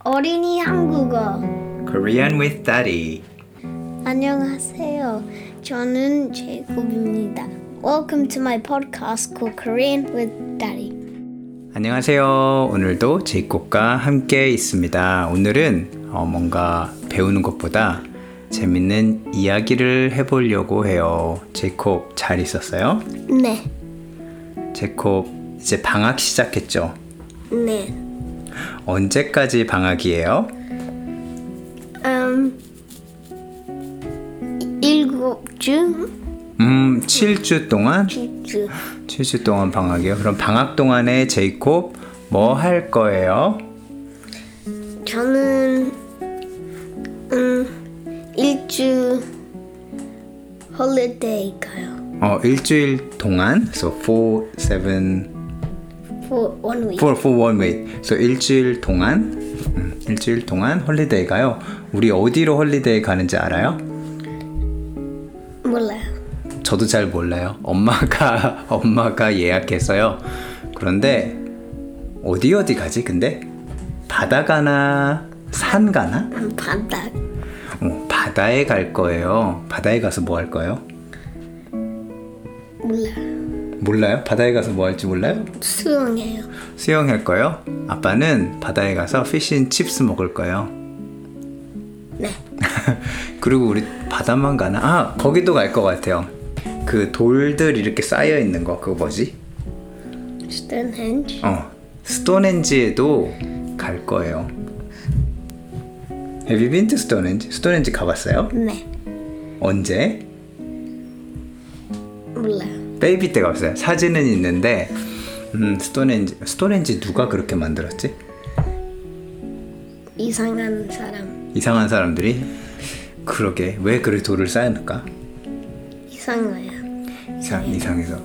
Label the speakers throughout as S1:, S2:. S1: 어린이 한국어.
S2: Korean with Daddy.
S1: 안녕하세요. 저는 제이콥입니다. Welcome to my podcast called Korean with Daddy.
S2: 안녕하세요. 오늘도 제이콥과 함께 있습니다. 오늘은 어, 뭔가 배우는 것보다 재밌는 이야기를 해보려고 해요. 제이콥 잘 있었어요?
S1: 네,
S2: 제이콥 이제 방학 시작했죠?
S1: 네.
S2: 언제까지 방학이에요?
S1: 음, 일곱 주,
S2: 음, 7주 동안?
S1: 두 주.
S2: 7주 동안 방학이요. 그럼 방학 동안에 제이콥 뭐 할 거예요?
S1: 저는 음 일주 홀리데이 가요.
S2: 어, 일주일 동안 so 4 7
S1: For one week.
S2: for for one week. So 일주일 동안 음, 일주일 동안 홀리데이 가요. 우리 어디로 홀리데이 가는지 알아요?
S1: 몰라요.
S2: 저도 잘 몰라요. 엄마가 엄마가 예약했어요. 그런데 어디 어디 가지? 근데 바다 가나 산 가나?
S1: 음, 바다
S2: 어, 바다에 갈 거예요. 바다에 가서 뭐 할 거예요?
S1: 몰라요.
S2: 몰라요? 바다에 가서 뭐 할지 몰라요?
S1: 수영해요.
S2: 수영할 거예요. 아빠는 바다에 가서 피쉬앤 칩스 먹을 거예요.
S1: 네.
S2: 그리고 우리 바다만 가나? 아 거기도 갈 것 같아요. 그 돌들 이렇게 쌓여 있는 거 그거 뭐지?
S1: 스톤헨지.
S2: 어 스톤헨지에도 갈 거예요. Have you been to Stonehenge? 스톤헨지 가봤어요?
S1: 네.
S2: 언제?
S1: 몰라요.
S2: 베이비 때 가봤어요. 사진은 있는데 음 스톤헨지 스톤헨지 누가 그렇게 만들었지?
S1: 이상한 사람.
S2: 이상한 사람들이 그러게 왜 그리 돌을 쌓을까?
S1: 이상해요.
S2: 이상 이상해서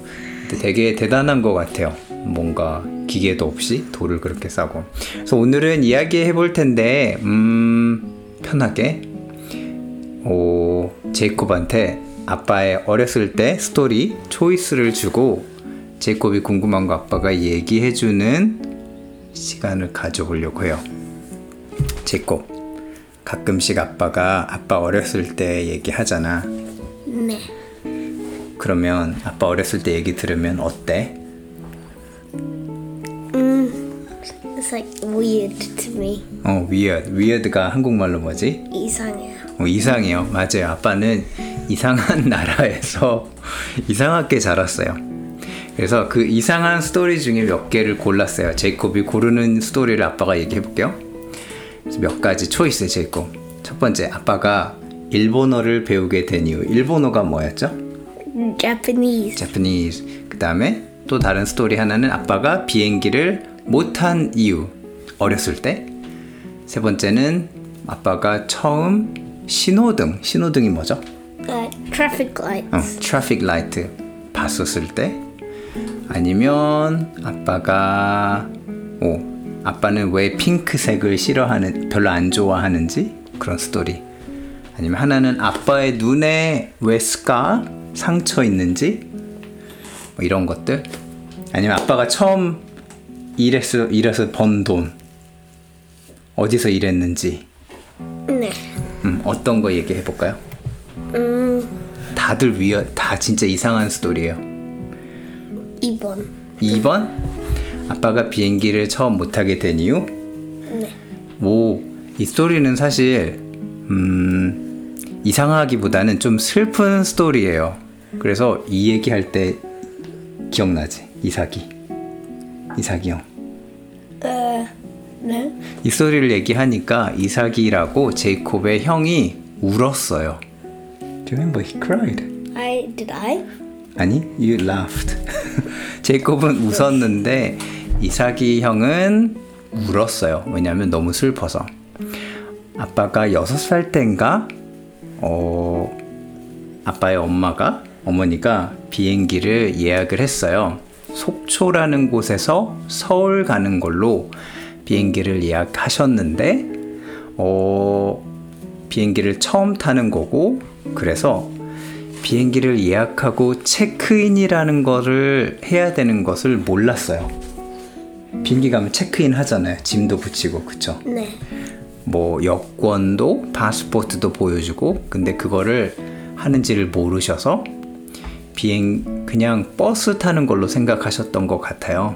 S2: 근데 되게 대단한 것 같아요. 뭔가 기계도 없이 돌을 그렇게 싸고. 그래서 오늘은 이야기해 볼 텐데 음, 편하게 오 제이콥한테 아빠의 어렸을 때 스토리 초이스를 주고 제이콥이 궁금한 거 아빠가 얘기해 주는 시간을 가져보려고 해요. 제이콥 가끔씩 아빠가 아빠 어렸을 때 얘기하잖아.
S1: 네.
S2: 그러면 아빠 어렸을 때 얘기 들으면 어때?
S1: It's like weird to me.
S2: 어, weird. weird가 한국말로 뭐지?
S1: 이상해요.
S2: 어, 이상해요. 맞아요. 아빠는 이상한 나라에서 이상하게 자랐어요. 그래서 그 이상한 스토리 중에 몇 개를 골랐어요. 제이콥이 고르는 스토리를 아빠가 얘기해 볼게요. 그래서 몇 가지 초이스 제이콥. 첫 번째, 아빠가 일본어를 배우게 된 이유. 일본어가 뭐였죠?
S1: Japanese.
S2: Japanese. 그 다음에 또 다른 스토리 하나는 아빠가 비행기를 못한 이유. 어렸을 때. 세 번째는 아빠가 처음 신호등. 신호등이 뭐죠?
S1: Uh, traffic lights.
S2: 어, 트래픽 라이트 봤었을 때. 아니면 아빠가 오 아빠는 왜 핑크색을 싫어하는 별로 안 좋아하는지 그런 스토리. 아니면 하나는 아빠의 눈에 왜 스카 상처 있는지 뭐 이런 것들. 아니면 아빠가 처음 일해서 일해서 번 돈 어디서 일했는지
S1: 네.
S2: 음, 어떤 거 얘기해 볼까요? 다들 위어 다 진짜 이상한 스토리예요.
S1: 2번.
S2: 2번 아빠가 비행기를 처음 못 타게 된 이유.
S1: 네.
S2: 오, 이 스토리는 사실 음, 이상하기보다는 좀 슬픈 스토리예요. 그래서 이 얘기할 때 기억나지? 이삭이. 이삭이 형.
S1: Uh, 네.
S2: 이 스토리를 얘기하니까 이삭이라고 제이콥의 형이 울었어요. Do you remember he cried?
S1: I did I?
S2: 아니, you laughed. 제이콥은 웃었는데 이삭이 형은 울었어요. 왜냐하면 너무 슬퍼서. 아빠가 여섯 살 때인가, 어, 아빠의 엄마가 어머니가 비행기를 예약을 했어요. 속초라는 곳에서 서울 가는 걸로 비행기를 예약하셨는데, 어, 비행기를 처음 타는 거고, 그래서 비행기를 예약하고 체크인이라는 거를 해야 되는 것을 몰랐어요. 비행기 가면 체크인 하잖아요. 짐도 붙이고 그쵸?
S1: 네.
S2: 뭐 여권도 파스포트도 보여주고 근데 그거를 하는지를 모르셔서 비행 그냥 버스 타는 걸로 생각하셨던 것 같아요.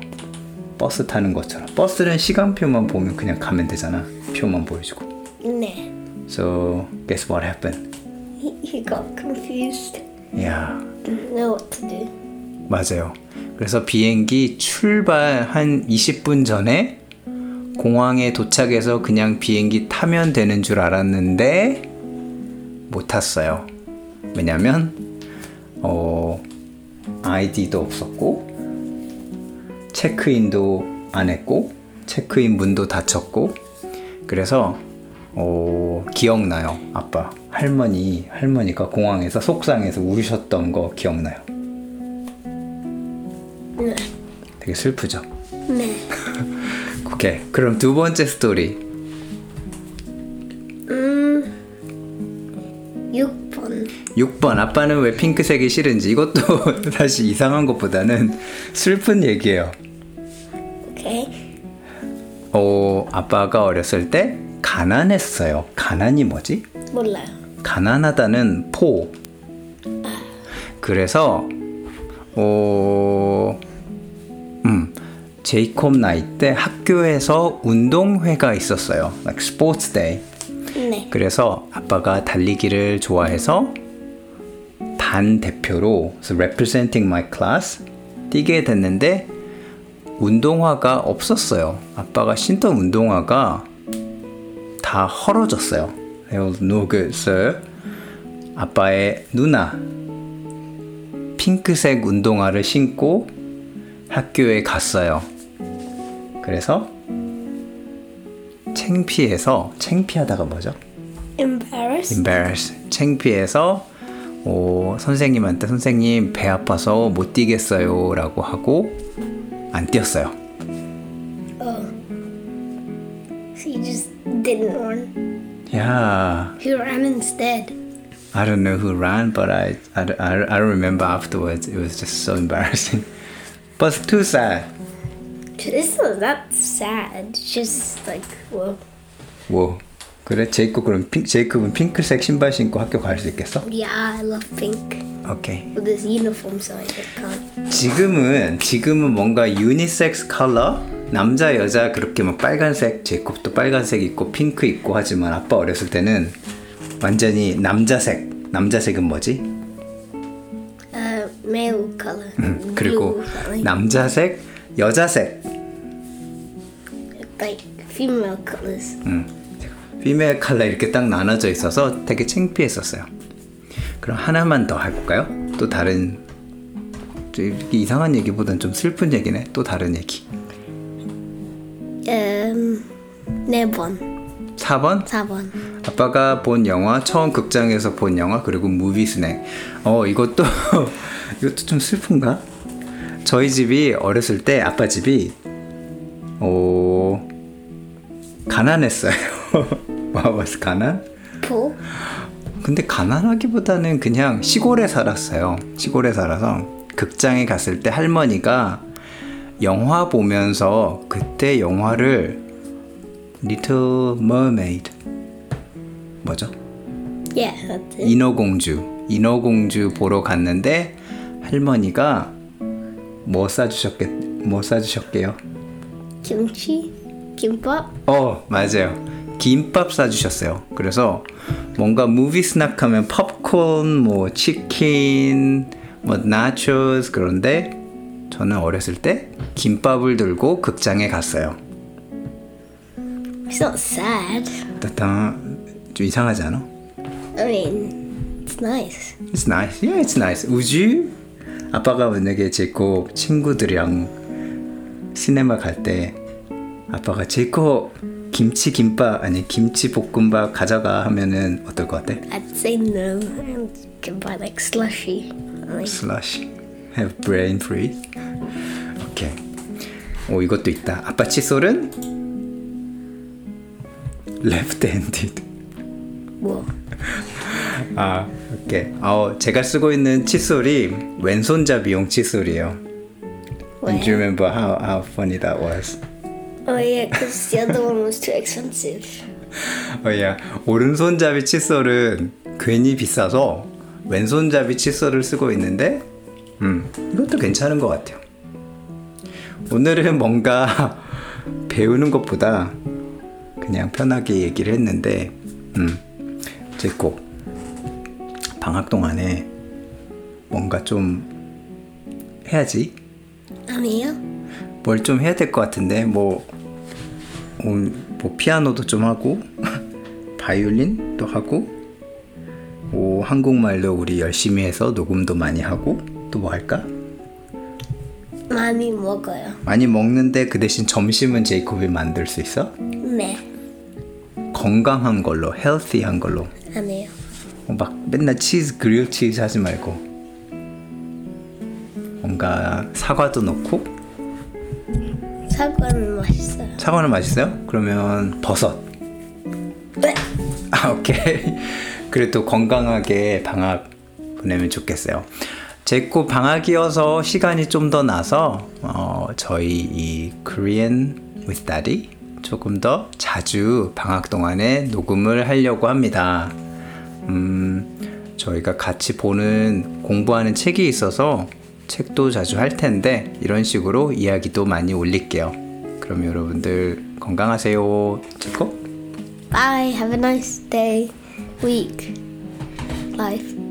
S2: 버스 타는 것처럼 버스는 시간표만 보면 그냥 가면 되잖아. 표만 보여주고.
S1: No.
S2: So guess what happened?
S1: You got confused.
S2: Yeah.
S1: Didn't know what to do.
S2: 맞아요. 그래서 비행기 출발 한 20분 전에 공항에 도착해서 그냥 비행기 타면 되는 줄 알았는데 못 탔어요. 왜냐면 어 아이디도 없었고 체크인도 안 했고 체크인 문도 닫혔고 그래서 어 기억나요. 아빠 할머니 할머니가 공항에서 속상해서 울으셨던 거 기억나요.
S1: No.
S2: 되게 슬프죠.
S1: No.
S2: 오케이. 그럼 두 번째 스토리.
S1: Mm. 6번.
S2: 6번 아빠는 왜 핑크색이 싫은지 이것도 다시 이상한 것보다는 슬픈 얘기예요.
S1: Okay.
S2: 어, 아빠가 어렸을 때 가난했어요. 가난이 뭐지?
S1: 몰라요.
S2: 가난하다는 포. 그래서 어, 음, 제이콥 나이 때 학교에서 운동회가 있었어요. Like sports day.
S1: 네.
S2: 그래서 아빠가 달리기를 좋아해서 반 대표로 so representing my class 뛰게 됐는데 운동화가 없었어요. 아빠가 신던 운동화가 다 헐어졌어요. They were no good, sir. 아빠의 누나 핑크색 운동화를 신고 학교에 갔어요. 그래서 창피해서 창피하다가 뭐죠?
S1: Embarrassed.
S2: embarrassed, 창피해서 어, 선생님한테 선생님 배 아파서 못 뛰겠어요라고 하고 안 뛰었어요.
S1: So you just didn't run.
S2: Yeah,
S1: Who ran instead?
S2: I don't know who ran, but I I I, I remember afterwards. It was just so embarrassing. But it's too sad.
S1: This was that's sad. It's Just like well,
S2: 뭐 그래 제이크 그럼 핑, 제이크는 핑크색 신발 신고 학교 갈 수 있겠어?
S1: yeah, I love pink.
S2: 오케이.
S1: With this uniform, so I just can't.
S2: 지금은 지금은 뭔가 유니섹스 컬러 남자 여자 그렇게 막 빨간색 제이콥도 빨간색 있고 핑크 있고 하지만 아빠 어렸을 때는 완전히 남자색 남자색은 뭐지?
S1: Uh, male color. Blue
S2: 그리고
S1: or something.
S2: 남자색 여자색
S1: like female colors.
S2: 피메일 컬러 이렇게 딱 나눠져 있어서 되게 창피했었어요 그럼 하나만 더 해볼까요? 또 다른 좀 이렇게 이상한 얘기보단 좀 슬픈 얘기네 또 다른 얘기
S1: Um, 네 번,
S2: 4번
S1: 사 번.
S2: 아빠가 본 영화 처음 극장에서 본 영화 그리고 무비 스낵 어 이것도 이것도 좀 슬픈가? 저희 집이 어렸을 때 아빠 집이 어 가난했어요. 와봤어 가난?
S1: 포,
S2: 근데 가난하기보다는 그냥 시골에 살았어요. 시골에 살아서 극장에 갔을 때 할머니가 영화 보면서 그때 영화를 Little Mermaid 뭐죠?
S1: yeah, that's it.
S2: 인어공주 인어공주 보러 갔는데 할머니가 뭐 싸주셨겠 뭐 싸주셨게요?
S1: 김치, 김밥.
S2: 어 맞아요 김밥 싸주셨어요 그래서 뭔가 무비 스낵 하면 팝콘 뭐 치킨 뭐 나초스 그런데 저는 어렸을 때 김밥을 들고 극장에 갔어요
S1: It's not sad.
S2: 따단 좀 이상하지 않아?
S1: I mean, it's nice.
S2: It's nice. Yeah, it's nice. Would you? 아빠가 만약에 제코 친구들이랑 시네마 갈 때 아빠가 제코 김치 김밥 아니 김치 볶음밥 가져가 하면은 어떨 것 같아?
S1: I'd say no, and you can buy like slushy. Like,
S2: Slash have brain freeze. 오케이. 오 이것도 있다. 아빠 칫솔은 left-handed.
S1: well,
S2: 아 오케이. 어 제가 쓰고 있는 칫솔이 왼손잡이용 칫솔이에요.
S1: well, 네.
S2: Do you remember how how funny that was?
S1: Oh yeah, because the other one was too expensive.
S2: 어, 야, 오른손잡이 칫솔은 괜히 비싸서 왼손잡이 칫솔을 쓰고 있는데, 음, 이것도 괜찮은 것 같아요. 오늘은 뭔가 배우는 것보다 그냥 편하게 얘기를 했는데, 음, 제꼭 방학 동안에 뭔가 좀 해야지.
S1: 아니요?
S2: 뭘 좀 해야 될 것 같은데 뭐, 음, 뭐 피아노도 좀 하고 바이올린도 하고 뭐 한국말도 우리 열심히 해서 녹음도 많이 하고 또 뭐 할까?
S1: 많이 먹어요.
S2: 많이 먹는데 그 대신 점심은 제이콥이 만들 수 있어?
S1: 네.
S2: 건강한 걸로 헬시한 걸로
S1: 아니요.
S2: 어, 막 맨날 치즈 그릴 치즈 하지 말고 뭔가 사과도 넣고
S1: 사과는 맛있어요.
S2: 사과는 맛있어요? 그러면 버섯
S1: 네.
S2: 아, 오케이. 그래도 건강하게 방학 보내면 좋겠어요. 제코 방학이어서 시간이 좀 더 나서 어, 저희 이 Korean with Daddy 조금 더 자주 방학 동안에 녹음을 하려고 합니다. 음, 저희가 같이 보는 공부하는 책이 있어서 책도 자주 할 텐데 이런 식으로 이야기도 많이 올릴게요. 그럼 여러분들 건강하세요. 제코.
S1: Bye. Have a nice day, week, life.